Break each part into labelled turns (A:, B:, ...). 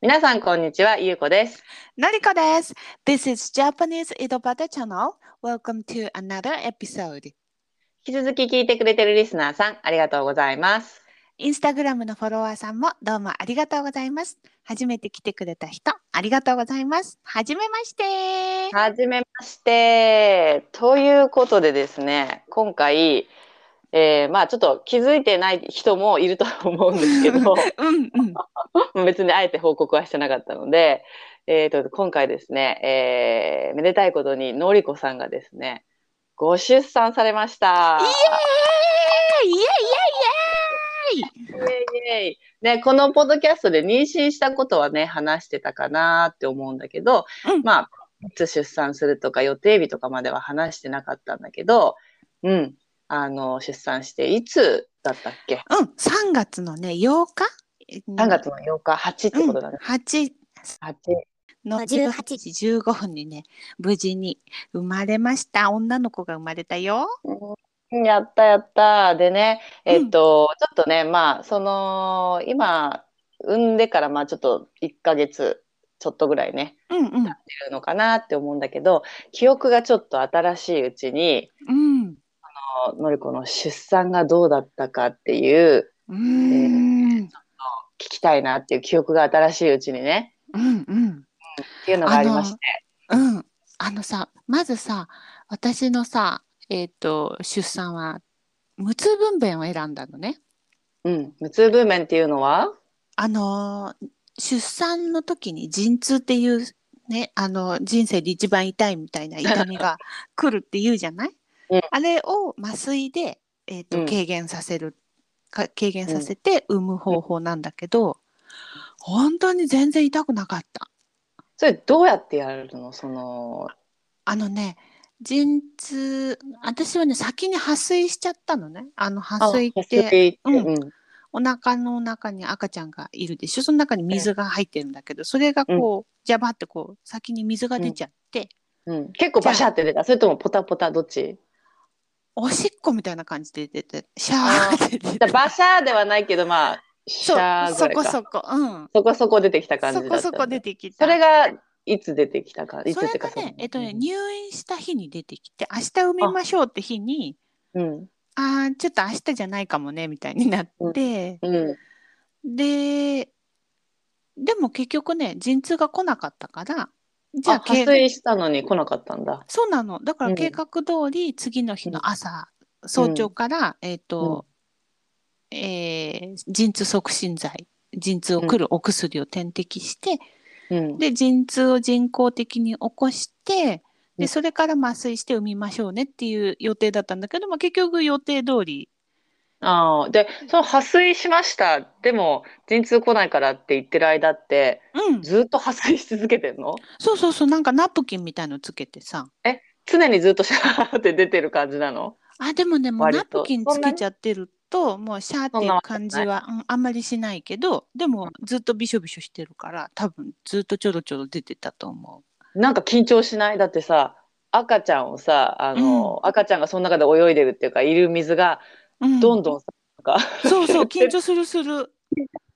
A: 皆さんこんにちは、ゆうこです。
B: Noriko です。This is Japanese Idobata Channel. Welcome to another episode.
A: 引き続き聞いてくれてるリスナーさん、ありがとうございます。
B: インスタグラムのフォロワーさんもどうもありがとうございます。初めて来てくれた人、ありがとうございます。はじめまして。
A: はじめまして。ということでですね、今回、えーまあちょっと気づいてない人もいると思うんですけど、
B: うんうん。
A: 別にあえて報告はしてなかったので、えー、と今回ですね、えーめでたいことにのりこさんがですね、ご出産されました。
B: イエーイイエ
A: イエイイエイね、このポッドキャストで妊娠したことはね、話してたかなって思うんだけど、
B: うん
A: まあ、いつ出産するとか予定日とかまでは話してなかったんだけど、うん、あの、出産していつだったっけ
B: イイエーイうん、3月のね、8日
A: ?3 月の8日、8ってことだね。
B: 8
A: 8。
B: の18時15分にね、無事に生まれました。女の子が生まれたよ。
A: やったやった。でね、
B: うん
A: えっと、ちょっとね、まあ、その、今、産んでから、まあ、ちょっと1ヶ月ちょっとぐらいね、
B: うんうん。
A: ってるのかなって思うんだけど、記憶がちょっと新しいうちに、
B: うん。
A: あののりこの出産がどうだったかっていう、
B: うん。
A: 聞きたいなっていう記憶が新しいうちにね、
B: うんうん。
A: っていうのがありまして。
B: うん、あのさまずさ私のさえっ、と出産は無痛分娩を選んだのね。
A: うん。無痛分娩っていうのは
B: あのー出産の時に陣痛っていうねあの人生で一番痛いみたいな痛みが来るっていうじゃない、
A: うん
B: あれを麻酔で、えーと
A: うん
B: 軽減させるか軽減させて産む方法なんだけど、本当に全然痛くなかった。
A: それどうやってやるのその、
B: あのね、陣痛、私はね、先に破水しちゃったのね。あの破水っ
A: 麻
B: て、
A: 酔って
B: うん
A: うん。
B: お腹の中に赤ちゃんがいるでしょ。その中に水が入ってるんだけど、それがこう、ジャバってこう、先に水が出ちゃって、
A: うん、結構バシャって出た。それともポタポタどっち
B: おしっこみたいな感じで出て、シャーって出
A: じ
B: て
A: ゃあ。バシャーではないけど、まあ、シャ
B: そ
A: ーぐ
B: う、そ
A: らいか。
B: こそこ、うん。
A: そこそこ出てきた感じ
B: そ
A: だった
B: こ
A: んだ。
B: そこ出てきた。
A: それが、いつ出てきたか。い
B: そ
A: つ
B: れ
A: って
B: が
A: か
B: ね、
A: その
B: えっとね、入院した日に出てきて、明日産みましょうって日に、
A: うん。
B: あー、ちょっと明日じゃないかもね、みたいになって、
A: うん。
B: で、でも結局ね、陣痛が来なかったから、じ
A: じ
B: ゃ
A: ゃ
B: あ
A: あ、
B: 計
A: 破水したのに来なかったんだ。
B: そうなの。だか
A: う
B: ら
A: ん
B: 計画通り、次の日の朝、早朝から、えっと、えー陣痛促進剤、陣痛をくるお薬を点滴して、
A: うん。
B: で、陣痛を人工的に起こして、
A: う
B: で、
A: ん
B: それから麻酔して産みましょうねっていう予定だったんだけど、まあ、結局予定通り、
A: ああ。で、その破水しました。でも、陣痛来ないからって言ってる間って、
B: うん、
A: ずっと破水し続けてんの
B: そうそうそう、なんかナプキンみたいのつけてさ、
A: 常にずっとシャーって出てる感じなの
B: あ、でもね、もう
A: 割
B: ナ
A: と
B: プキン
A: そん
B: つ
A: な
B: け
A: に
B: ちゃってると、もうシャーっていう感じは、うん、あんまりしないけど、でもずっとびしょびしょしてるから、多分ずっとちょろちょろ出てたと思
A: なんか緊張しないだってさ、赤ちゃんをさ、あの、赤ちゃんがその中で泳いでるっていうか、いる水が、
B: う。うん、
A: どんどんさ、なんか、
B: そうそう、緊張するする。
A: す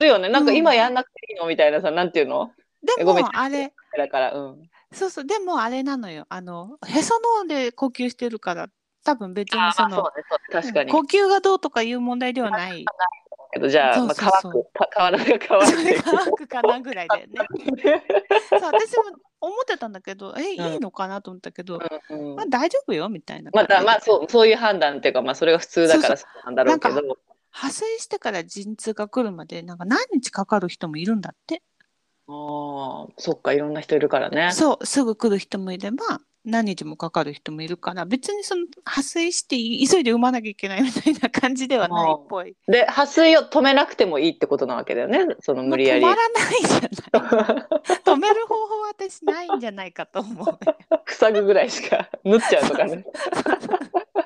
A: るよね。なんか
B: うん
A: 今やんなくていいのみたいなさ、なんていうの
B: で
A: えごめん
B: も、あれ、
A: だから、うん。
B: そうそう、でもあれなのよ。あの、へその緒で呼吸してるから、多分別にそ
A: あそう
B: の、
A: ね、そうね確かに。
B: 呼吸がどうとかいう問題では ない。
A: けどじゃあ、
B: そう
A: まあ、
B: そう
A: 乾
B: そう
A: く、か体が乾
B: それ
A: い
B: が悪かなぐらいだよね。
A: て。
B: そう、私も思ってたんだけど、え、い
A: うん
B: いのかなと思ったけど、
A: うんうん
B: まあ大丈夫よ、みたいな
A: ま
B: 感
A: あ
B: じで。
A: だまあそうそういう判断っていうか、まあ、それが普通だからそうなんだろうけ
B: な
A: ど
B: ん破水してから陣痛が来るまでなんか何日かかる人もいるんだって
A: ああそっかいろんな人いるからね。
B: そうすぐ来る人もいれば何日もかかる人もいるから別にその破水して急いで産まなきゃいけないみたいな感じではないっぽい
A: で破水を止めなくてもいいってことなわけだよねその無理やり
B: 止ま。らないじゃない止める方法は私ないんじゃないかと思う
A: 塞ぐぐらいしか 縫っちゃうとかね。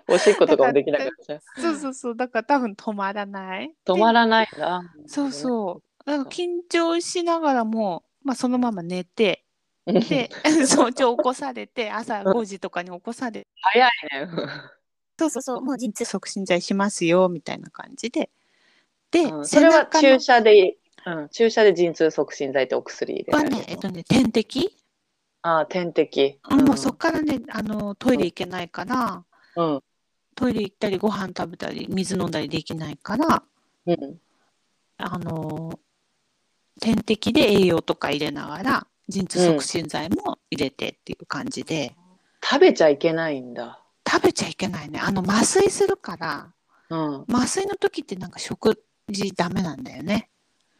A: おしっことかもできなかった
B: そうそうそうだから多分止まらない
A: 止ま
B: ら
A: らないんだ。
B: そうそうだから緊張しながらも、まあ、そのまま寝て
A: うん。
B: で早朝起こされて朝5時とかに起こされて
A: 早いね。
B: そうそうそう、もう陣痛促進剤しますよみたいな感じで。で、
A: うんそ
B: 背
A: れは
B: 中の
A: 注射でうん、注射で陣痛促進剤ってお薬入れ
B: は
A: られる
B: ね
A: の、
B: えっとね、点滴、
A: ああ点滴、
B: もうそっからね、あの、トイレ行けないから、
A: うん
B: トイレ行ったり、ご飯食べたり、水飲んだりできないから、
A: うん
B: あの、点滴で栄養とか入れながら、陣痛促進剤も入れてっていう感じで、
A: 食べちゃいけないんだ
B: 食べちゃいけないね。あの、麻酔するから、
A: うんあ
B: 麻酔の時ってなんか食事ダメなんだよね。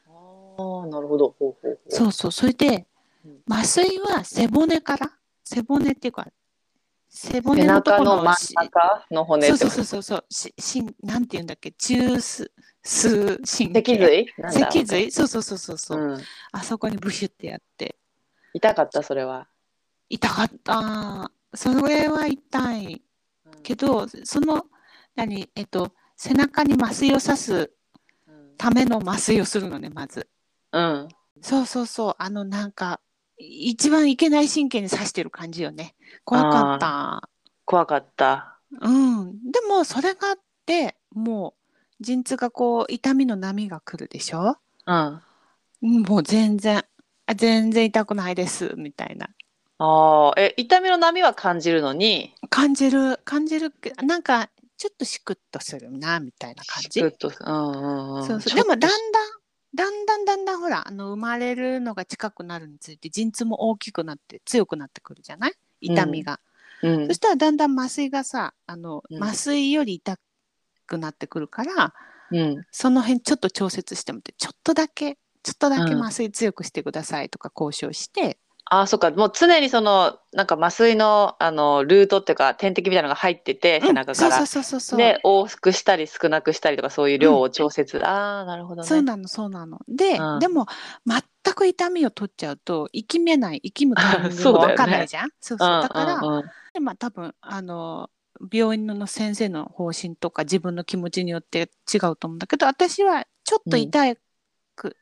A: あなるほどほうほうほう
B: そうそう。それで
A: うん、
B: 麻酔は背骨から、背骨っていうか、背
A: 背
B: 骨のと
A: 中
B: ころ
A: の真ん
B: し
A: 中の骨って
B: そ
A: こと
B: うそうそうそう、し、しん、なんて言うんだっけ、中枢、枢神経。
A: 脊髄なんだ
B: 脊髄そうそうそうそうそう、
A: うん、
B: あそこにブヒュってやって。
A: 痛かったそれは、
B: 痛かった。それは痛い
A: うん
B: けど、その、何、えっと、背中に麻酔を刺すための麻酔をするのね、まず。
A: うん
B: そうそうそう、あの、なんか、一番いけない神経に刺してる感じよね。怖かった。
A: 怖かった
B: うん。でも、それがあって、もう、陣痛がこう、痛みの波が来るでしょ
A: うんあ
B: うんもう全然、あ、全然痛くないです、みたいな。
A: あえ痛みの波は感じるのに
B: 感じる、感じるけど、なんか、ちょっとシクッとするな、みたいな感
A: シ
B: じ。
A: クッとうんうんうん
B: そうそう。
A: ちょ
B: で
A: っと
B: も、だんだん、だんだんだんだん、ほら、あの、生まれるのが近くなるについて、陣痛も大きくなって、強くなってくるじゃない痛みが。
A: うん
B: そしたら、だんだん麻酔がさ、あの
A: う、ん
B: 麻酔より痛くなってくるから、
A: うん
B: その辺ちょっと調節してもらって、ちょっとだけ、ちょっとだけ
A: うん
B: 麻酔強くしてくださいとか交渉して、
A: ああそっかもう常にそのなんか麻酔のあのルートっていうか点滴みたいなのが入ってて背中
B: そ
A: か
B: うそ
A: ら
B: うそうそうそう。
A: で往復したり少なくしたりとかそういう量を調節、ああなるほどね
B: そうなのそうなの。で、
A: うん
B: でも全く痛みを取っちゃうと生きめない生きむタイミン
A: そ
B: グ
A: うだよ
B: も
A: ね
B: 分かんないじゃん。そうそうだから、
A: うんうんうん
B: でまあ多分あの病院の先生の方針とか自分の気持ちによって違うと思うんだけど私はちょっと痛く、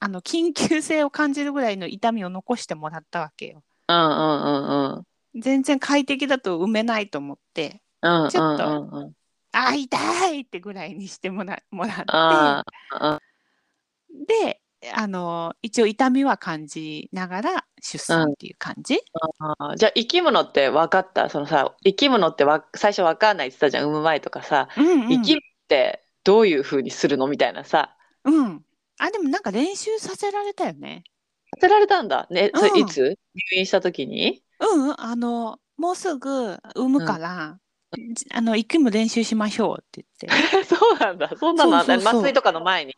B: あの緊急性を感じるぐらいの痛みを残してもらったわけよ。
A: うんうんうんうん
B: 全然快適だと埋めないと思って。
A: うん
B: ちょっと
A: うんうんうん
B: あー痛いってぐらいにしてもらもらって
A: あ
B: で、あの、一応痛みは感じながら出産っていう感じ。
A: あーじゃあ生き物って分かったそのさ生き物ってわ最初分かんないって言ってたじゃん産む前とかさ、
B: うん、うん、
A: 生きるってどういう風にするのみたいなさ
B: うん。あ、でもなんか練習させられたよね。
A: 捨てられたんだねそれ
B: うん
A: いつ入院した時に
B: うん、うん、あの、もうすぐ産むから、じあの、息も練習しましょうって言 って。
A: えそうなんだそんなのあんだ
B: そうそうそう
A: 麻酔とかの前に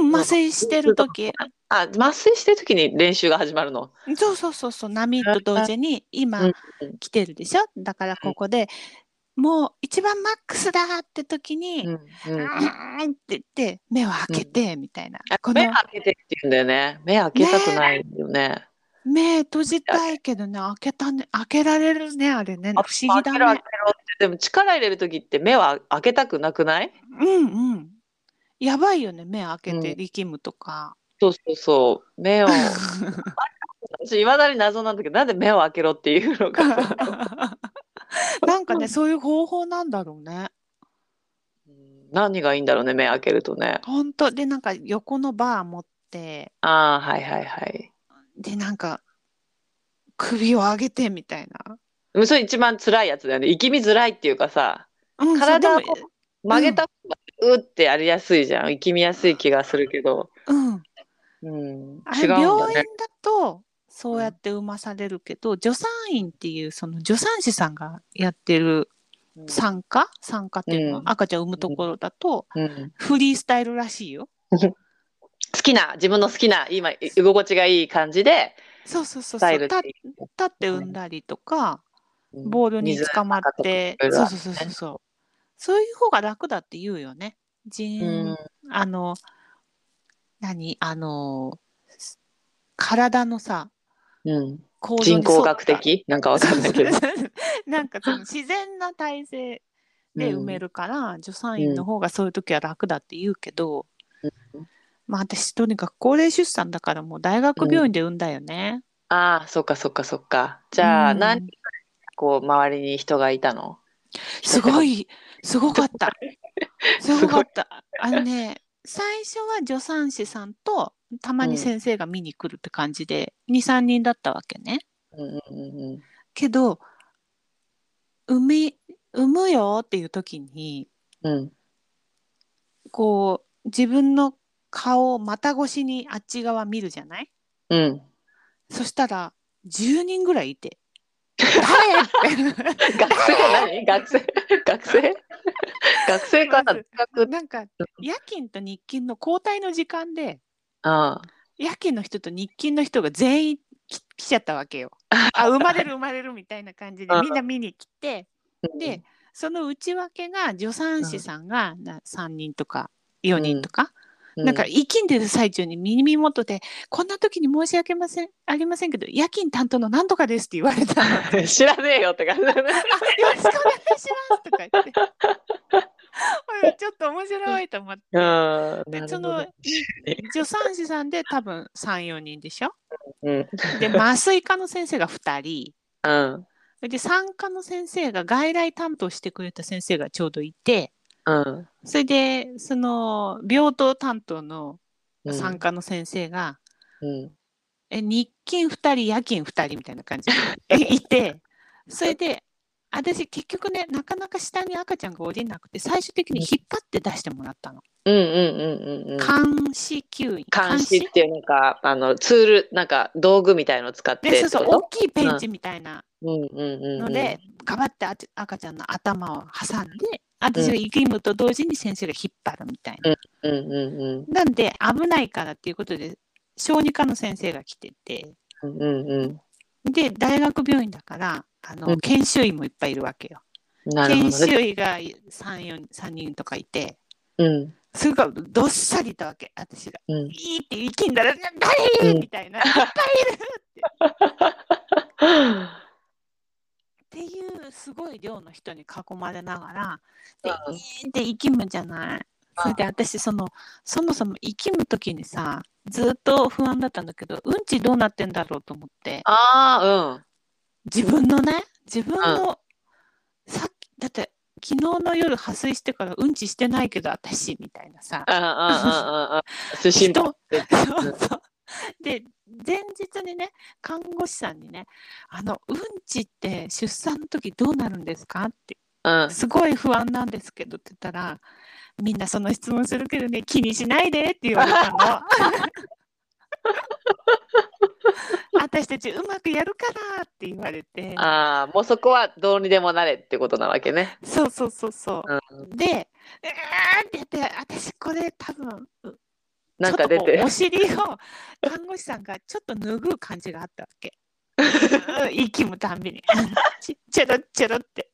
B: うん、麻酔してる時
A: あ麻酔してる時に練習が始まるの
B: そうそうそうそう、波と同時に、
A: う
B: 今
A: んうん
B: 来てるでしょだからここで、もう一番マックスだって時に、
A: うんうん
B: あーって言って、目を開けて、みたいな。こ
A: 目
B: の
A: 開けてって言うんだよね目開けたくないよね
B: 目閉じたいけどね、開けたね、開けられるね、あれね、不思議
A: 開けろ
B: だ
A: 開け
B: ね。
A: ろってでも力入れる時って目は開けたくなくない
B: うんうん。やばいよね、目開け
A: うん
B: て力むとか。
A: そうそうそう目を私いまだに謎なんだけどなんで目を開けろっていうの が
B: なんかね、そういう方法なんだろうね。
A: うん何がいいんだろうね目開けるとね
B: ほんと。で、なんか横のバー持って、
A: ああはいはいはい
B: で、なんか首を上げてみたいな。
A: でもそれ一番辛いやつだよね生き見づらいっていうかさ
B: うん、そう
A: 体を
B: で
A: こ
B: も
A: う曲げた方がうってやりやすいじゃん生き見やすい気がするけど、
B: うん。
A: うん、
B: あ
A: 違
B: れ、
A: うんだ
B: 病院
A: ね
B: だと、そうやって産まされるけど、助産院っていう、その助産師さんがやってる
A: うん
B: 産科産科っていうのは、
A: うん
B: 赤ちゃん産むところだと、
A: うん
B: フリースタイルらしいよ。
A: 好きな自分の好きな今居心地がいい感じで
B: そうそうそ
A: ス
B: う
A: タ
B: そ
A: イ
B: う
A: ルっ
B: 立
A: て
B: っ
A: い
B: 立
A: う
B: って産んだりとか、
A: うん
B: ボールに捕まって、
A: 水
B: そ
A: の
B: う
A: 中とか
B: そうそうそうそうそういう方が楽だって言うよね。人、
A: いろいろあってね
B: あの何あの体のさ
A: うんうん
B: 構造
A: 人
B: に沿った
A: 工学的なんかわかんないけど
B: そうそうそう なんかその自然な体勢で埋めるから、助産院の方がそういう時は楽だって言うけど、
A: うん
B: まあ私とにかく高齢出産だからもう大学病院で産んだよね。
A: ああそっかそっかそっかじゃあ、
B: うん
A: 何人こう周りに人がいたの
B: すごいすごかった。すごかった。あのね最初は助産師さんとたまに先生が見に来るって感じで、23人だったわけね。
A: うんうんうん
B: けど産み産むよっていう時に
A: うん
B: こう自分の顔を股越しにあっち側見るじゃない
A: うん
B: そしたら10人ぐらいいて「誰?」って
A: 学生何学生 学生学生かな
B: まず
A: 学
B: なんか夜勤と日勤の交代の時間で
A: あ
B: 夜勤の人と日勤の人が全員き来ちゃったわけ よ。あ生まれる生まれるみたいな感じでみんな見に来て
A: あ
B: でその内訳が助産師さんがな3人とか4人とか、
A: う
B: なんか生きんでる最中に耳元で「こんな時に申し訳ませんありませんけど夜勤担当のなんとかです」って言わ れたの。よ
A: 知らねえよって感じだね
B: ろしくお願いしますとか言 って。ほらちょっと面白いと思って
A: うん
B: で
A: なる
B: そ
A: ほど
B: の助産師さんで多分34人でしょ
A: うん
B: で麻酔科の先生が2人
A: うん
B: で産科の先生が外来担当してくれた先生がちょうどいて
A: うん
B: それでその病棟担当の
A: うん
B: 産科の先生が、
A: うん
B: え日勤2人夜勤2人みたいな感じで いてそれで私結局ねなかなか下に赤ちゃんが降りなくて最終的に引っ張って出してもらったの
A: うんうんうんうんうん
B: 監視吸引
A: 監視っていうなんかあのツールなんか道具みたいのを使って
B: でそうそう
A: ってこ
B: 大きいペンチみたいな
A: とうんうんうんうん
B: ので、かばってあち赤ちゃんの頭を挟んで、私が生きむと同時に先生が引っ張るみたいな。
A: うんうんうん
B: なんで、危ないからっていうことで、小児科の先生が来てて、
A: うんうん
B: で、大学病院だから、あ
A: う
B: の
A: ん
B: 研修医もいっぱいいるわけよ。
A: うんなるほ
B: 研
A: どね
B: 修医が3、4 3人とかいて、
A: うん
B: それがどっさりいたわけ、私が。
A: うん
B: いいって生きんだら、誰
A: うん
B: みたいな、いっぱいいるっていうすごい量の人に囲まれながらで
A: うん
B: いいって生きむじゃない。それで私そのそもそも生きむ時にさずっと不安だったんだけどうんちどうなってんだろうと思って
A: ああ
B: 自分のね自分の、さっきだって昨日の夜破水してからうんちしてないけど私みたいなさ
A: うんああああああ精神
B: 人
A: 病って
B: そうそうで前日にね看護師さんにね「あのうんちって出産の時どうなるんですか?」って
A: うん
B: すごい不安なんですけどって言ったら、みんなその質問するけどね、気にしないでって言われ たの。私たちうまくやるからって言われて、
A: ああもうそこはどうにでもなれってことなわけね。
B: そうそうそうそう。
A: うん、
B: で、うーってやって、私これ多分、う
A: なんか出
B: ちょっと
A: て
B: こうお尻を看護師さんがちょっと拭う感じがあったわ け。うん息むたんびに。ちちょろちょろ って。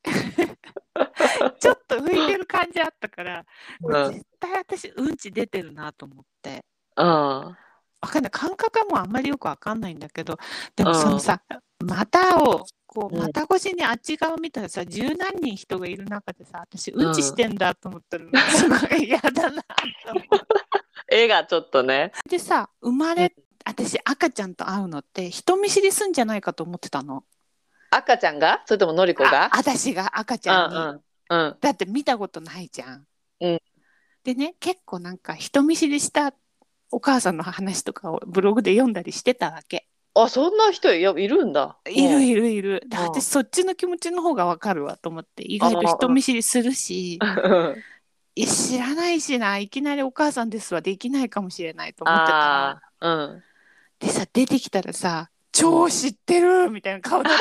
B: ちょっと拭いてる感じあったから、
A: うん、
B: 絶対私うんち出てるなと思って
A: うん、
B: わかんない感覚はもうあんまりよくわかんないんだけどでも
A: うん
B: そのさ、股をこう
A: うん
B: 股越しにあっち側見たらさ十何人人がいる中でさ私うんちしてんだと思ったら、すごい嫌だなと思っ
A: 絵がちょっとね。
B: てでさ生まれ私赤ちゃんと会うのって人見知りすんじゃないかと思ってたの
A: 赤ちゃんがそれとものりこ
B: あ
A: が
B: 私が赤ちゃんに、
A: うんうん
B: だって見たことないじゃん。
A: うん
B: でね結構なんか人見知りしたお母さんの話とかをブログで読んだりしてたわけ。
A: うん。あそんな人いやいるんだ。
B: いる
A: る。
B: いるいる。で
A: うん
B: 私そっちの気持ちの方がわかるわと思って意外と人見知りするしいや知らないしないきなり「お母さんですわ」できないかもしれないと思って
A: あ
B: た
A: あうん。
B: の。でさ出てきたらさ「超知ってる!」みたいな顔だっ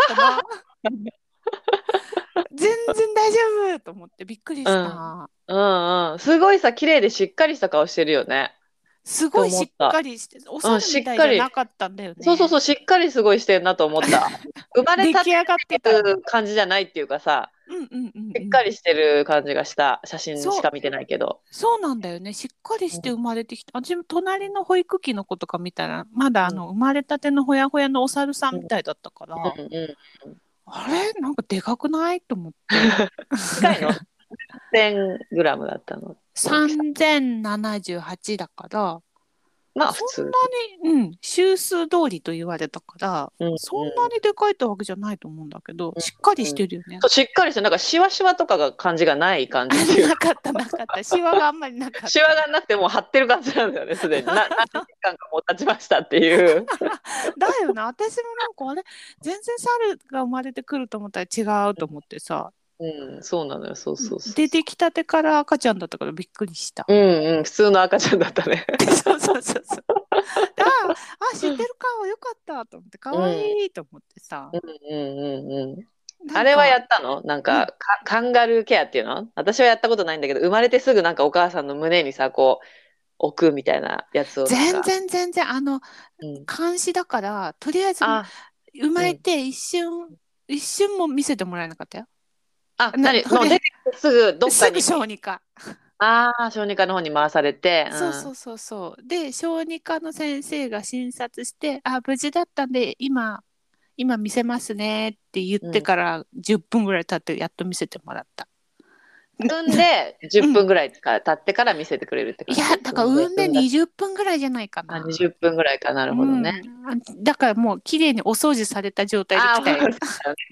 B: たの。全然大丈夫と思ってびっくりした。
A: うんうん、すごいさ綺麗でしっかりした顔してるよね。
B: すごい
A: と思
B: し
A: っ
B: ったかりして、お猿みたいじゃなかったんだよね。
A: そうそうそうしっかりすごいしてんなと思った。生まれ
B: 出
A: たっ
B: 来
A: てい
B: 上がってた。うん
A: う感じじゃないっていうかさ
B: うんうんうん。
A: しっかりしてる感じがした写真しか見てないけど。
B: そうなんだよね。しっかりして生まれてきた。私も隣の保育器の子とか見たら、まだあの生まれたてのほやほやのお猿さんみたいだったから、
A: うんうん、
B: あれなんかでかくないと思って。
A: 近い の1000グラムだったの。
B: 3078だから、
A: まあ普通。
B: そんなに、うん、週数通りと言われたから、
A: うん
B: そんなにでかいってわけじゃないと思うんだけど、しっかりしてるよね。
A: そうしっかりしてなんかシワシワとかが感じがない感じっていう
B: なかったなかった。シワがあんまり なかった。
A: シワがなくてもう張ってる感じなんだよねすでに な何時間かもう経ちましたっていう
B: だよな私もなんかあれ全然猿が生まれてくると思ったら違うと思ってさ
A: うんそうなのよそうそうそう
B: 出てきたてから赤ちゃんだったからびっくり した
A: うんうん普通の赤ちゃんだったね
B: そうそうそう そうあああ知ってる顔よかったと思って可愛いと思ってさ、
A: うんうんうん
B: なんか
A: あれはやったのなんかかカンガルーケアっていうの私はやったことないんだけど生まれてすぐなんかお母さんの胸にさこう置くみたいなやつをなん
B: 全
A: か、
B: 然全然あの
A: うん、
B: 監視だからとりあえず
A: あ
B: 生まれて一瞬、一瞬も見せてもらえなかったよ
A: あ
B: な
A: 何
B: とりあ
A: も
B: え
A: う
B: ず
A: 出てきてすぐどっか
B: す
A: に
B: ぐ小児科
A: ああ小児科の方に回されて、ん、
B: そうそうそうそうで小児科の先生が診察して「あ無事だったんで今今見せますね」って言ってから10分ぐらい経ってやっと見せてもらった、
A: 産んで10分ぐらいか経ってから見せてくれるって感
B: い
A: じ
B: やだから産んで
A: 20
B: 20分ぐらいじゃないか
A: あ
B: な
A: 20分ぐらいかなるほどね、
B: うんだからもう綺麗にお掃除された状態で
A: あ
B: 来
A: ー
B: た
A: わか
B: よ
A: る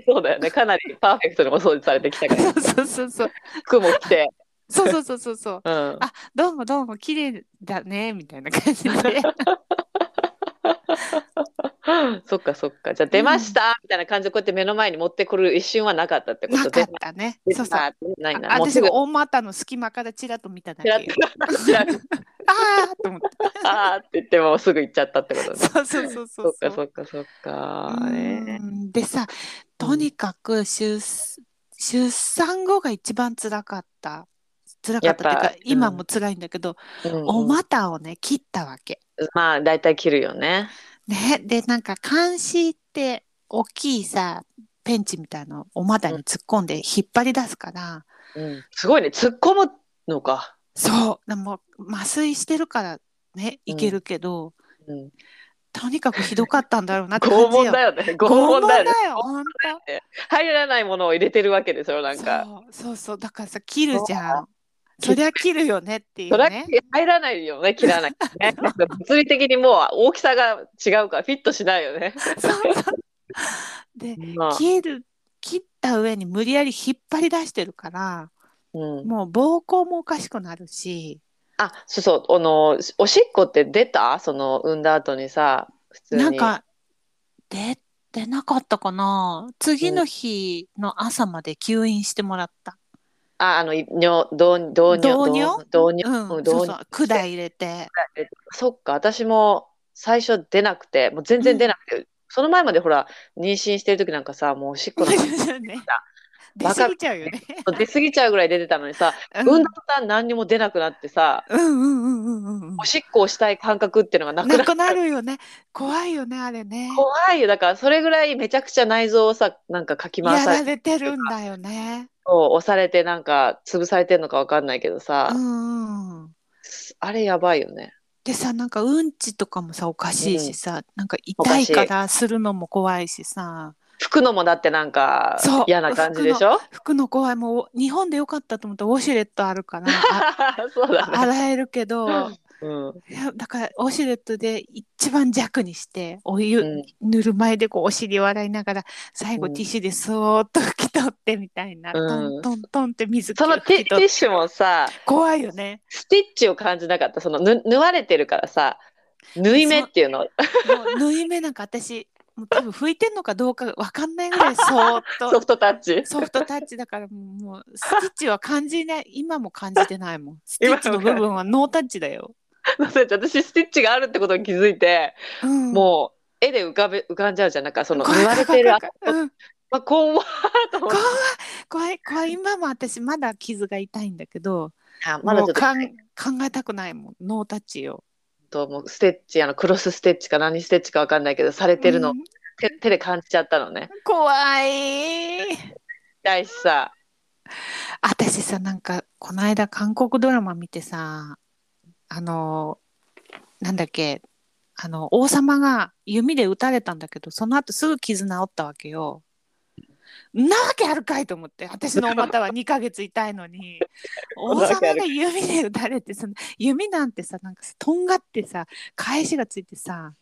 A: そうだよねかなりパーフェクトにお掃除されてきたから
B: そうそうそう
A: 服も着て、
B: そうそうそうそうそう
A: うん、
B: あどうもどうも綺麗だねみたいな 感じで
A: そっかそっかじゃあ出ました、みたいな感じでこうやって目の前に持ってくる一瞬はなかったってこ
B: な
A: と
B: か
A: で
B: ったね
A: 出
B: そ
A: た
B: うそうあ
A: ないなもう
B: 私
A: すぐ
B: が大股の隙間からちらっと見ただ
A: ちらっ
B: け
A: とちらっと
B: ああと思って
A: あーって言ってもうすぐ行っちゃったってことね
B: そうそうそうそ
A: そうっかそっかそっか
B: う
A: えー
B: んでさとにかく出,、出産後が一番辛かった辛かったっていう
A: や
B: か
A: っぱ
B: 今
A: うん
B: も辛いんだけど、
A: うん
B: お股をね切ったわけ。
A: まあ大体切るよね
B: ね、でなんか監視って大きいさペンチみたいのをお股に突っ込んで引っ張り出すから、
A: うんすごいね突っ込むのか、
B: そうでも麻酔してるからねいけるけど、
A: うん、
B: とにかくひどかったんだろうなって感
A: 拷
B: じ
A: 問
B: よ。
A: だよね拷
B: 拷問
A: 問だよね
B: だよ本当
A: 入らないものを入れてるわけですよなんか
B: そうそうそうだからさ切るじゃんそりゃ切るよねってい
A: そうれは
B: ね
A: 入らないよね切らない、ね、なんか物理的にもう大きさが違うからフィットしないよ ね、
B: そうそうで
A: まあ
B: 切る切った上に無理やり引っ張り出してるから
A: うん、
B: もう膀胱もおかしくなるし
A: あそうそうあのおしっこって出たその産んだ後にさ普通に
B: なんか出てなかったかな次の日の朝まで吸引してもらった、
A: ああのい尿導導
B: 導
A: 尿導
B: 尿
A: 尿
B: うん
A: うん導
B: そ
A: 尿
B: うそう管入れて
A: そっか私も最初出なくてもう全然出なくて、その前までほら妊娠してる時なんかさもうおしっこなんか
B: ね出過ぎちゃうよね
A: 出過ぎちゃうぐらい出てたのにさ
B: うん
A: 産んだ途端何にも出なくなってさ
B: うんうんうんうんうんうん
A: おしっこをしたい感覚っていうのがなくなっ
B: なくなるよね。怖いよね、あれね。
A: 怖いよだからそれぐらいめちゃくちゃ内臓をさなんかかき回
B: や
A: さ
B: ら
A: れて
B: れてるんだよね。
A: 押されてなんか潰されてるのかわかんないけどさ、
B: うんうん。
A: あれやばいよね
B: でさ、なんかうんちとかもさ、おかしいしさ、なんか
A: お
B: 痛
A: か
B: い
A: しい
B: からするのも怖いしさ、
A: 拭くのもだってなんか
B: そう
A: 嫌な感じでしょ
B: 服の怖いもう日本でよかったと思ったらウォシュレットあ るから、あ
A: そうだね、
B: 洗えるけど、
A: うん、
B: いやだからウォシュレットで一番弱にして、お湯、
A: うん
B: ぬるま湯でこうお尻を洗いながら、最後
A: うん
B: ティッシュでそーっと拭き取ってみたいな、
A: うん
B: トントントンって水気を
A: その
B: 拭
A: ティテ
B: き
A: ィ
B: 取
A: ッ
B: って、
A: シュもさ
B: 怖いよね。
A: スティッチを感じなかったそのぬ縫われてるからさ縫い目っていうの
B: もう縫い目なんか私もう多分拭いてんのかどうかわかんないぐらいそーっ
A: ソ
B: と
A: フトタッチ
B: ソフトタッチだからもうもうスティッチは感じない今も感じてな いもんスティッチの部分はノータッチだよ、
A: 私スティッチがあるってことに気づいて、
B: うん、
A: もう絵で浮かべ浮かんじゃうじゃんなんかその
B: 怖い
A: 縫われてる
B: 怖
A: あ
B: い怖いうん
A: まあ、こんわーと思っ
B: 怖
A: て
B: い怖い怖い今も私まだ傷が痛いんだけど
A: あまだちょっ
B: もう
A: と
B: かん考えたくないもんノータッチよ
A: ともうステッチあのクロスステッチか何ステッチかわかんないけどされてるの、
B: うん
A: 手手で感じちゃったのね。
B: 怖い
A: だいしさ
B: 私さなんかこの間韓国ドラマ見てさあのなんだっけあの王様が弓で撃たれたんだけどその後すぐ傷治ったわけよ。んなわけあるかいと思って私のお股は2ヶ月痛いのに王様が弓で打たれてその弓なんてさなんかさとんがってさ返しがついてさ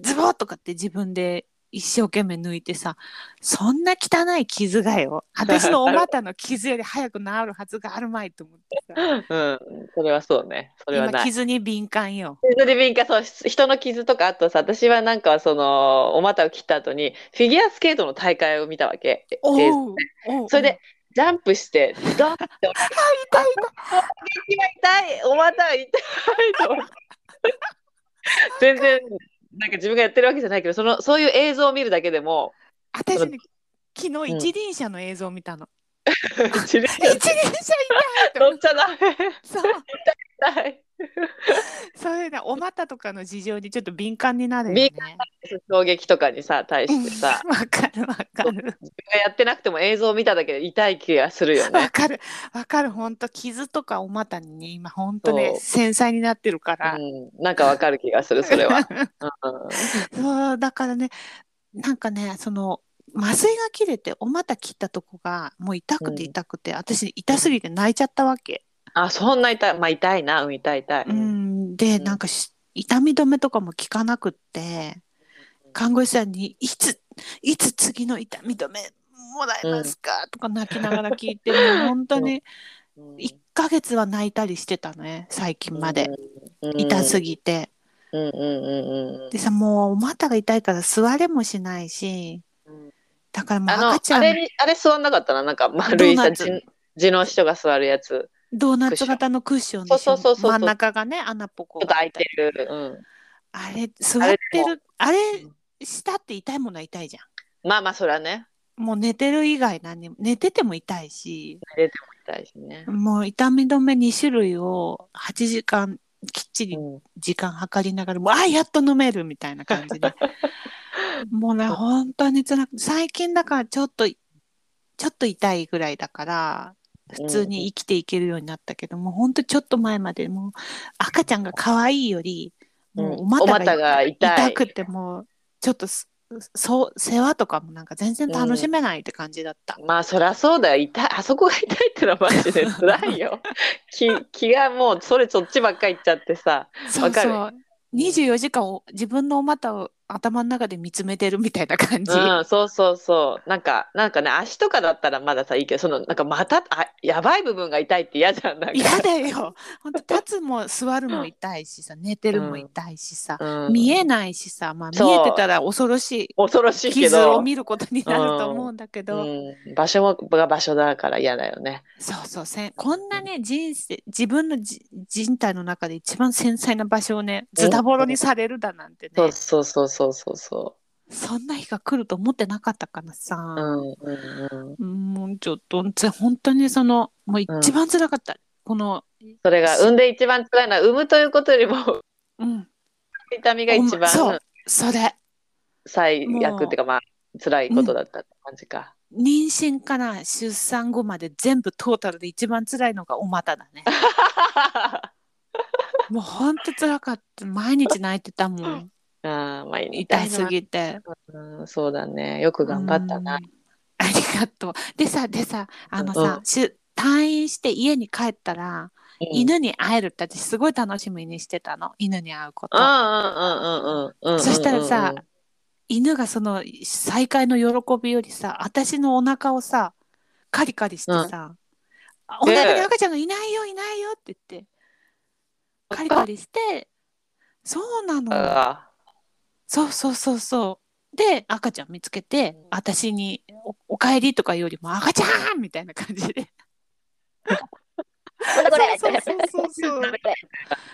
B: ズボッとかって自分で一生懸命抜いてさそんな汚い傷がよ私のお股の傷より早く治るはずがあるまいと思って さ
A: うん、それはそうね。それは
B: 今
A: ない。
B: 傷に敏感よ。
A: 傷で敏感、そう、し人の傷とか、あとさ、私はなんか、その、お股を切った後に、フィギュアスケートの大会を見たわけ。映像
B: おうおう
A: それで、ジャンプして、ドンって、
B: 痛い
A: 今痛い、お股が痛いと思って。全然、なんか自分がやってるわけじゃないけど、その、そういう映像を見るだけで も、
B: 私
A: そ
B: ね昨日一輪車の映像を見たの。
A: 一輪
B: 一輪車痛いと思
A: 乗
B: っ
A: ってちゃダメ。
B: そう
A: 痛い。
B: そういうねお股とかの事情にちょっと敏感になるよ
A: 敏
B: ね。
A: 衝撃とかにさ、対してさ、
B: うんわかるわかる
A: やってなくても映像を見ただけで痛い気がするよ
B: わ
A: ね。
B: かるわかる本当傷とかお股にね今本当ね
A: そう
B: 繊細になってるから。
A: うん、なんかわかる気がする、それは。うん
B: そうだからねなんかねその麻酔が切れてお股切ったとこがもう痛くて
A: うん
B: 痛くて、私痛すぎて泣いちゃったわけ。
A: あ、そんな痛い、まあ痛いな、うん、痛い痛い。
B: う
A: うん
B: ん、で
A: うん
B: なんかし痛み止めとかも効かなくって看護師さんに「いついつ次の痛み止めもらえますか?」とか泣きながら聞いてもう本当に1ヶ月は泣いたりしてたね最近まで、
A: うん
B: 痛す。ぎて。
A: うんうんうんうん
B: でさもうお股が痛いから座れもしないし
A: うん。
B: だからもう
A: あの、
B: 赤ちゃ
A: あ
B: ん
A: れに、あれ座んなかったな、なんか丸い
B: ドー
A: さ、
B: ナツ
A: 地地の人が座るやつ。
B: ドーナツ型のクッション
A: クッ
B: で
A: ションそうそうそうそう
B: 真ん中がね穴ぽこ
A: ちょっと
B: が
A: 空いてる。うん。
B: あれ座ってるあれしたって痛いものは痛いじゃん。
A: まあまあ、それはね、
B: もう寝てる以外何も寝てても痛いし
A: 出ても痛いしね。
B: もう痛み止め2種類を8時間きっちり
A: うん
B: 時間計りながらもうあやっと飲めるみたいな感 じでもうね本当につらく最近だからちょっとちょっと痛いぐらいだから普通に生きていけるようになったけど、もうほんとちょっと前までもう赤ちゃんが可愛いよりもうお
A: お
B: 股が
A: 股が痛
B: 痛
A: い。
B: くてもうちょっとすそう世話とかもなんか全然楽しめないって感じだった。
A: まあそりゃそうだよ痛いあそこが痛いってのはマジで辛い よ気気がもうそれそっちばっかり行っちゃってさ
B: そ
A: わ
B: うそう。24時間を自分のお股を頭の中で見つめてるみたいな感じ。
A: うん、そうそうそう。なんか、なんかね、足とかだったらまださ、いいけど、その、なんかまた、あ、やばい部分が痛いって嫌じゃん。なんか
B: 嫌だよ。本当立つも座るも痛いしさ、寝てるも痛いしさ、
A: うん、
B: 見えないしさ、まあ見
A: そう
B: えてたら恐ろし
A: 恐ろし
B: い
A: いけ
B: 傷を
A: ど、
B: 見ることになると思うんだけ
A: う
B: ど、
A: ん、場所もが場所だから嫌だよね。
B: そうそうせん、こんなね、人生、自分のじ人体の中で一番繊細な場所をね、ズタボロにされるだなんてね、
A: そうそうそうそうそうそ
B: そんな日が来ると思ってなかったからさ。
A: う。うんうんうん。
B: もうちょっとぜ本当にそのもう
A: うん
B: 一番辛かった、この、
A: それが、産んで一番辛いのは、産むということよりも、
B: うん、
A: 痛みが一
B: おそ
A: 番
B: うそれ
A: 最悪っていうか、まあ、辛いことだったって感じか。
B: 妊娠から出産後まで全部トータルで一番辛いのがお 股だねもう本当辛かった毎日泣いてたもん
A: あーまあ、
B: 痛すぎて
A: うん、そうだね。よく頑張ったな
B: う。んありがとうでさでさあのさ、
A: う
B: し退院して家に帰ったら、
A: うん
B: 犬に会えるって私すごい楽しみにしてたの犬に会うこと、
A: うんうんうんうんうんうんうん。
B: そしたらさ、犬がその再会の喜びよりさ私のお腹をさカリカリしてさ「あお腹に赤ちゃんがいないよいないよ」って言ってカリカリして「そうなの
A: あ
B: そうそうそうそう」で赤ちゃん見つけて
A: うん
B: 私にお「おかえり」とかよりも「赤ちゃん!」みたいな感じで。
A: これこれ
B: そうそうそうそうそう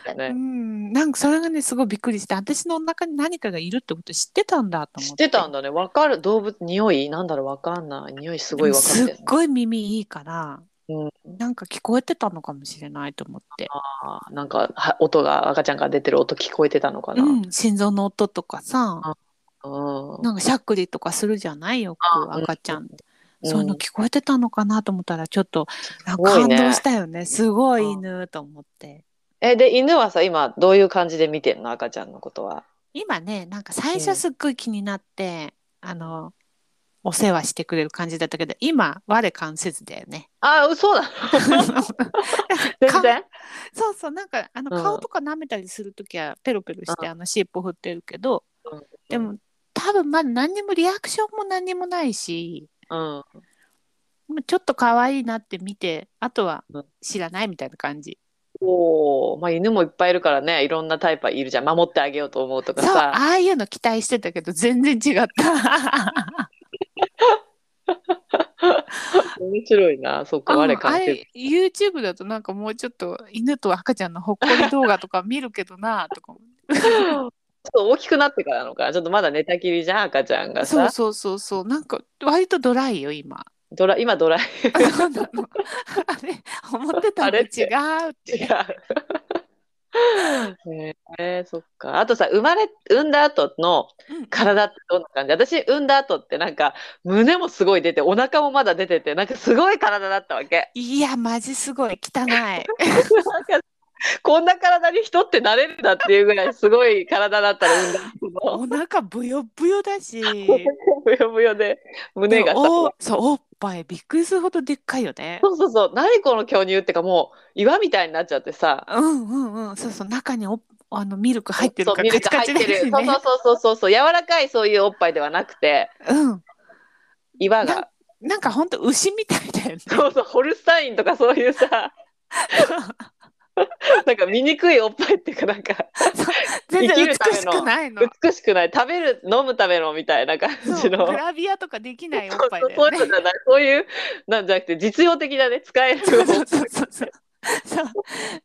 A: あ
B: う
A: ね
B: んなんかそれがねすごいびっくりして私のお腹に何かがいるってこと知ってたんだと思
A: 知
B: っ
A: っててたんだね。わかる。動物、匂いなんだろうわかんない。匂いすごいわか
B: す
A: る
B: っ
A: けど。
B: ごい耳いいから、
A: うん
B: なんか聞こえてたのかもしれないと思って、
A: あーなんか、は音が、赤ちゃんから出てる音聞こえてたのかな。
B: うん、心臓の音とかさ
A: うん
B: なんかしゃっくりとかするじゃないよく
A: あうん
B: 赤ちゃんって、
A: うん
B: そういうの聞こえてたのかなと思ったらちょっとなんか
A: すご
B: 感
A: いね
B: 動したよねすごい犬と思って。
A: え、で、犬はさ、今、どういう感じで見てんの赤ちゃんのことは。
B: 今ねなんか最初すっごい気になって、あのお世話してくれる感じだったけど、今、我関せずだよ ね。
A: あ、そうな の全然
B: そうそう、なんか、あの、
A: うん
B: 顔とか舐めたりするときは、ペロペロして、あの、尻尾振ってるけど
A: うん、
B: でも、多分まだ何にもリアクションも何にもないし、
A: うん。
B: もうちょっと可愛いなって見て、あとは
A: うん
B: 知らないみたいな感じ。
A: おーまあ犬もいっぱいいるからね、いろんなタイプはいるじゃん。守ってあげようと思うとか
B: そう、あ
A: さ。
B: あいうの期待してたけど、全然違 った。
A: 面白いな、そっか、
B: あ
A: 我
B: あ
A: 関せず。
B: れ YouTube だとなんかもうちょっと犬と赤ちゃんのほっこり動画とか見るけどなとか思って
A: ちょっと大きくなってからなのかな、ちょっとまだ寝たきりじゃん、赤ちゃんが
B: そう
A: さ。
B: そうそうそうなんか割とドライよ今
A: ドラ今ドライ。
B: そうなのあれ思ってた
A: あ
B: のと
A: れ
B: 違
A: っ
B: う
A: て
B: って
A: 違 う。へえそっか。あとさ、生まれ、産んだ後の
B: うん
A: 体ってどんな感じ私、産んだ後ってなんか、胸もすごい出て、お腹もまだ出てて、なんかすごい体だったわけ。
B: いやマジすごい汚い
A: なんかこんな体に人ってなれるんだっていうぐらいすごい体だったら産んだ後の
B: お腹ブヨブヨだ し
A: ぶよぶよで胸が
B: で
A: さ
B: もおそうおっぱいびっくりするほどでっかいよね
A: そうそうそう何この巨乳ってかもう岩みたいになっちゃってさ
B: うんうんうんそうそう中におあのミルク入ってる
A: そう
B: か
A: ミ
B: ら
A: ル
B: カ
A: ク
B: チ
A: 入っ
B: カチ
A: て
B: だ
A: る
B: し
A: そう
B: ね
A: そうそうそうそう柔らかいそういうおっぱいではなくて
B: うん
A: 岩
B: な
A: が
B: なんかほんと牛みたいだよね
A: そうそうホルスタインとかそういうさなんか醜いおっぱいっていうかなんか
B: 全
A: 生き
B: 然
A: るた
B: 美
A: め
B: し
A: の
B: くないの。
A: 美しくない食べる飲むためのみたいな感
B: そ
A: じ
B: うグ
A: の。
B: ラビアとかできないおっぱいだ
A: そう
B: よ
A: そうそ
B: ね。
A: ういうのじゃないそういうなんじゃなくて実用的だね使える
B: そうそうそうそうそう。そう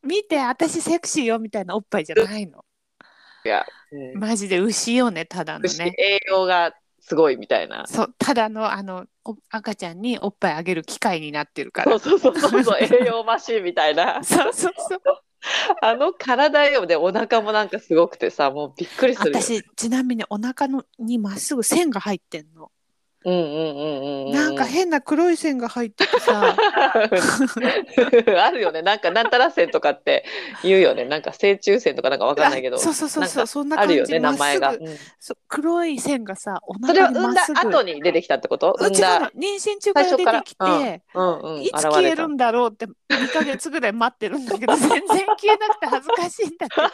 B: 見て私セクシーよみたいなおっぱいじゃないの。
A: うん
B: マジで牛よねただのね。
A: 栄養がすごいみたいな
B: そうただのあのお赤ちゃんにおっぱいあげる機会になってるか
A: そ
B: ら
A: う。そうそうそうそう栄養マシンみたいな
B: そうそうそう。
A: あの体よでお腹もなんかすごくてさもうびっくりするよ
B: 私ちなみにお腹のにまっすぐ線が入ってんの。
A: うんうんうんうんう
B: なんか変な黒い線が入って てさ。
A: あるよねなんかなんたら線とかって言うよねなんか正中線とかなんかわかんないけど
B: あそうそうそう
A: な
B: そ
A: ん
B: うそんな
A: あ
B: 感
A: る
B: じ。
A: よね名前が、
B: まっすぐ
A: うん
B: そう黒い線がさお
A: それ
B: 腹
A: は産ん
B: にまっ
A: だ
B: すぐ。
A: 後に出てきたってこと
B: う
A: 産ん
B: ちの
A: だ
B: 妊娠中から出てき
A: 最初
B: て、
A: うんうん
B: いつ
A: 現
B: 消
A: れ
B: え
A: た
B: るんだろうって2ヶ月ぐらい待ってるんだけど全然消えなくて恥ずかしいんだけど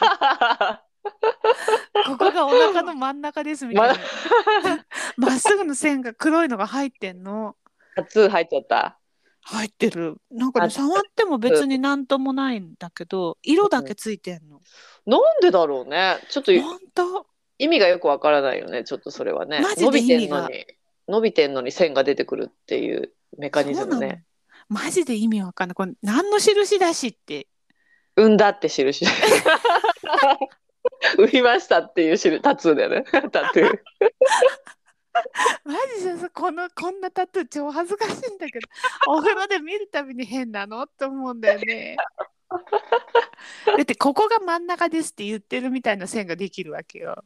B: ここがお腹の真ん中ですみたい な まっすぐの線が黒いのが入ってんの
A: タツー入っちゃった。
B: 入ってるなんか
A: あ
B: ね触っても別になんともないんだけど色だけついてんの
A: なんでだろうね。ちょっと
B: 本当
A: 意味がよくわからないよね。ちょっとそれはね
B: マ。ジ
A: 伸
B: で
A: び
B: 意
A: て
B: 味
A: んの
B: が
A: に、伸びてんのに線が出てくるっていうメカニズムね。
B: マジで意味わかんないこれ何の印だしって
A: 産んだって 印。産みましたっていう印、タツーだよね。タトゥー。
B: マジでさこのこんなタトゥー超恥ずかしいんだ けどお風呂で見るたびに変なのって思うんだよ ね。だってここが真ん中ですって言ってるみたいな線ができるわけよ。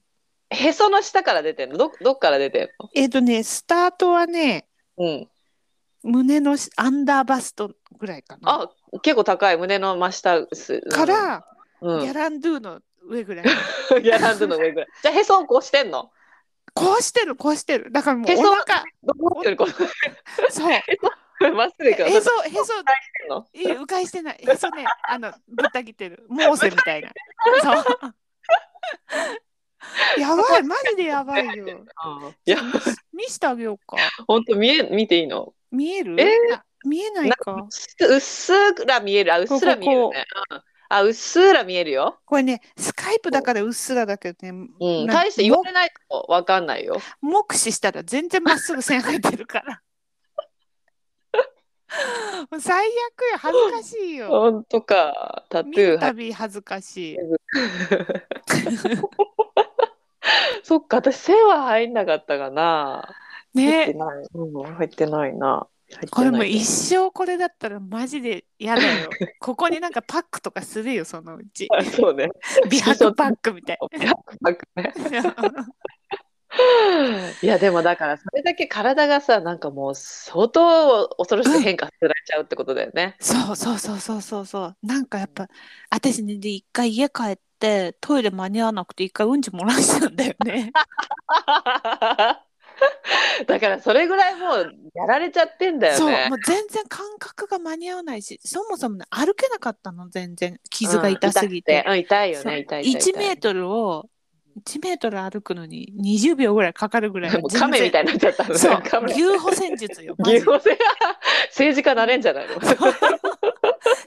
A: へその下から出てんの。どどっから出てん
B: えっ、とねスタートはね
A: の。うん。
B: 胸のしアンダーバストぐらいかな。
A: あ、結構高い胸の真下す。うん
B: から、
A: うん。
B: ギャランドゥの上ぐらい。
A: ギャランドゥの上ぐらい。じゃあへそをこうしてんの。
B: こうしてるこうしてるだからもう
A: へそ
B: お腹
A: どこよりこ う
B: そうへ
A: まっすぐいくの。
B: そへそ
A: んの
B: いや迂回してないへそねあのぶった切ってるモーセみたいな そうやばいマジでやばい
A: う
B: よ
A: んいや、
B: 見してあげようか
A: 本当見え見ていいの。
B: 見える、
A: え
B: あ見えないか
A: うっすうっすら見える。あ、うっすら見えるね。うんあ、うっすら見えるよ。
B: これねスカイプだからうっすらだけどね、
A: うん。
B: な
A: 大して言われないとわかんないよ。
B: も目視したら全然まっすぐ線入ってるから もう最悪よ恥ずかしいよ
A: 本当か。タト
B: 見
A: ゥ
B: る
A: ー入
B: た
A: っ
B: び恥ずかしい
A: そっか、私、背は入んなかったかな。入って
B: ね
A: ない。うん、入ってないな。入ってない
B: これもう一生これだったらマジで嫌だ よここになんかパックとかするよそのうち
A: あ そうね。
B: 美白パックみたい
A: ビハックね。
B: な。
A: いやでもだからそれだけ体がさなんかもう相当恐ろしく変化させられちゃうってことだよ ね。
B: そう そうそうそうそうそうなんかやっぱ私ねで一回家帰 ってトイレ間に合わなくて一回うんち漏らしたんだよね
A: あだからそれぐらいもうやられちゃってんだよ
B: そう
A: ね
B: もう全然感覚が間に合わないしそもそもね歩けなかったの全然傷が痛すぎて,、
A: うん、痛くてうん痛いよ
B: そう
A: ね痛い痛い痛い
B: 1メートルを1メートル歩くのに20秒ぐらいかかるぐらい
A: もう亀みたいになっちゃったん
B: 全然
A: だよ
B: そう
A: 亀
B: 牛歩戦術 よマジ
A: 牛
B: で
A: 歩戦政治家なれんじゃないの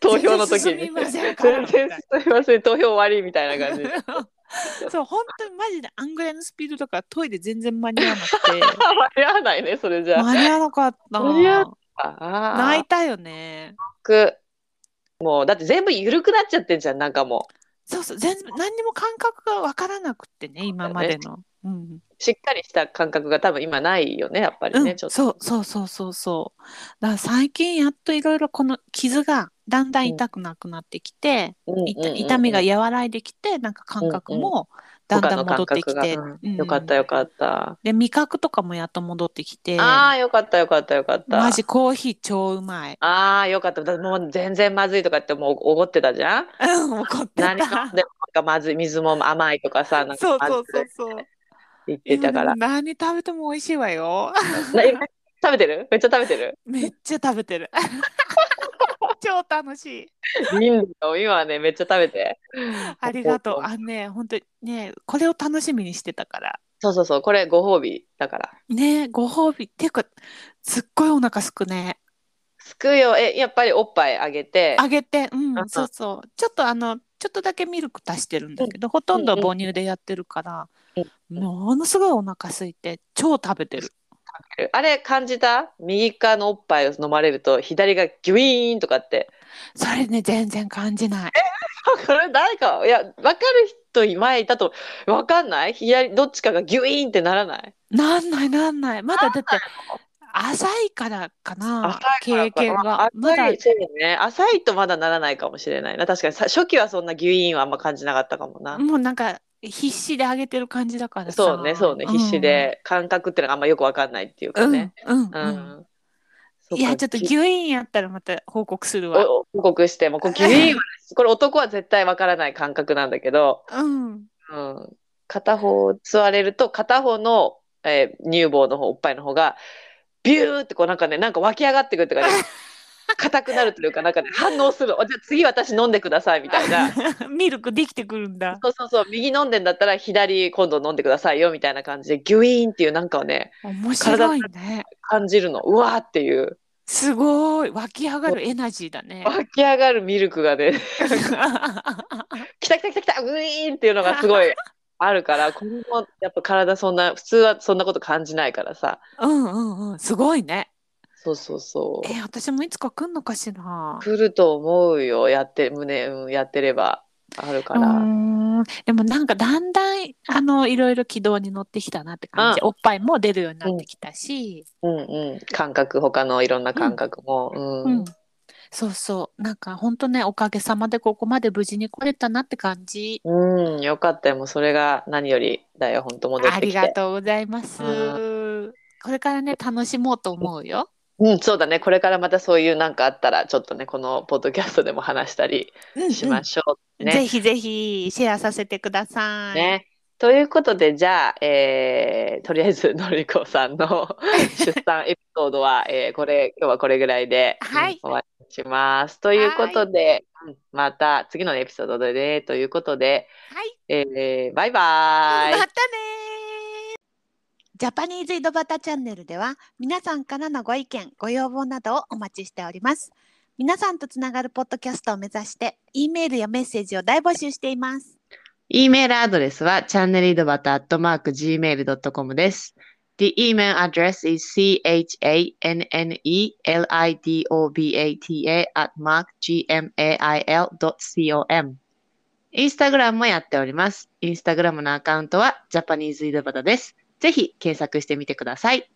A: 投票の時に
B: 全然進みま せんから
A: 全然すみません投票終わりみたいな感じ
B: そう本当にマジであんぐらいのスピードとかトイレ全然間に合わなくて
A: 間に合わないねそれじゃあ
B: 間に合わなかった
A: 間に合わあー
B: 泣いたよね
A: くもうだって全部緩くなっちゃってんじゃんなんかも
B: そうそう全然何にも感覚が分からなくってね今までの、うん、
A: うしっかりした感覚が多分今ないよねやっぱりね、
B: うん、
A: ちょっと
B: そうそうそうそうそうだから最近やっといろいろこの傷がだんだん痛くなくなってきて、
A: うん
B: い
A: うんうんうん
B: 痛みが和らいできてなんか感覚もだん
A: 他
B: だ
A: の
B: ん戻
A: 感
B: って
A: 覚
B: き
A: が
B: て、
A: うんよかった
B: よ
A: よかった、
B: で味覚とかもやっと戻ってきて
A: ああよかったよかったよかった
B: マジコーヒー超 うまい
A: ああよかっただってもう全然まずいとかってもうおごってたじゃん
B: うん怒ってた
A: 何飲んでもなんかまずい水も甘いとかさなん
B: そ
A: か
B: う
A: まず
B: そ
A: いう
B: そうそう
A: って言ってたから
B: 今でも何食べても美味しいわよ
A: なえ食べてるめっちゃ食べてる
B: めっちゃ食べてる 超楽しい
A: いいんだよ今はねめっちゃ食べて
B: ありがとう
A: ご褒美
B: あのね本当にねこれを楽しみにしてたから
A: そうそうそうこれご褒美だから
B: ねえご褒美っていうかすっごいお腹すくね
A: すくよえやっぱりおっぱいあげて
B: あげてうん
A: うん
B: そうそうちょっとあのちょっとだけミルク足してるんだけど、ほとんど母乳でやってるから、
A: うん
B: ものすごいお腹すいて超食べてる
A: あれ感じた右側のおっぱいを飲まれると左がギュイーンとかって
B: それね全然感じない
A: これ誰かいや分かる人前いたと分かんない左どっちかがギュイーンってならない
B: なんないなんないまだだって浅いからかな経験
A: まあ
B: がまだ
A: 浅いそうね浅いとまだならないかもしれないな確かにさ初期はそんなギュイーンはあんま感じなかったかもな、
B: もうなんか必死であげてる感じだからさ
A: そうねそうね必死、で感覚ってのがあんまよく分かんないっていう
B: う
A: か
B: ん
A: ね
B: うんうん
A: う
B: うん
A: ん、そう
B: い
A: か
B: やちょっとギュイーンやったらまた報告するわ
A: お報告しても こうギュイーンはこれ男は絶対わからない感覚なんだけど、
B: うん
A: うん、片方座れると片方の、えー乳房の方おっぱいの方がビューってこうなんかねなんか湧き上がってくるとかね硬くなるというかなんか、ね、反応するおじゃあ次私飲んでくださいみたい な
B: ミルクできてくるんだ。
A: そうそうそう右飲んでんだったら左今度飲んでくださいよみたいな感じでギュイーンっていうなんかをね
B: 面白いね。
A: 感じるのうわーっていう
B: すごい湧き上がるエナジーだね。
A: 湧き上がるミルクがね来た来た来た来たウィーンっていうのがすごいある から今後やっぱ体そんな普通はそんなこと感じないからさ
B: うんうんうんすごいね。
A: そうそうそう
B: え私もいつか来んのかしら。
A: 来ると思うよやって胸、うん、やってればあるから、
B: うーんでもなんかだんだんあのいろいろ軌道に乗ってきたなって感じ、おっぱいも出るようになってきたし、
A: うんうん感覚他のいろんな感覚もうん、
B: うんそうそうなんかほんとねおかげさまでここまで無事に来れたなって感じ
A: うんよかったよもうそれが何よりだよ本当戻って
B: あり
A: き
B: が
A: て
B: とうございます、これからね楽しもうと思うよ
A: うんそうだねこれからまたそういうなんかあったらちょっとねこのポッドキャストでも話したりしましょうね、
B: ぜひぜひシェアさせてください。
A: ね。ということで、じゃあ、えーとりあえず、のりこさん の出産エピソードは、えーこれ、今日はこれぐらいで、
B: はい
A: うん終わりにします。ということで、うんまた次のエピソードでね、ということで、
B: はい、
A: えーバイバイ
B: またねージャパニーズ井戸端チャンネルでは皆さんからのご意見ご要望などをお待ちしております皆さんとつながるポッドキャストを目指して E メールやメッセージを大募集しています
A: E メールアドレスは channelidobata.gmail.com です。The email address is chanelidobata at mark gmail.com。インスタグラムもやっております。インスタグラムのアカウントは Japanese 井戸端です。ぜひ検索してみてください。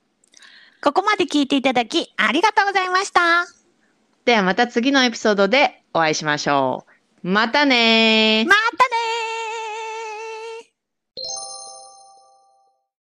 B: ここまで聞いていただきありがとうございました
A: ではまた次のエピソードでお会いしましょう。またねー。
B: また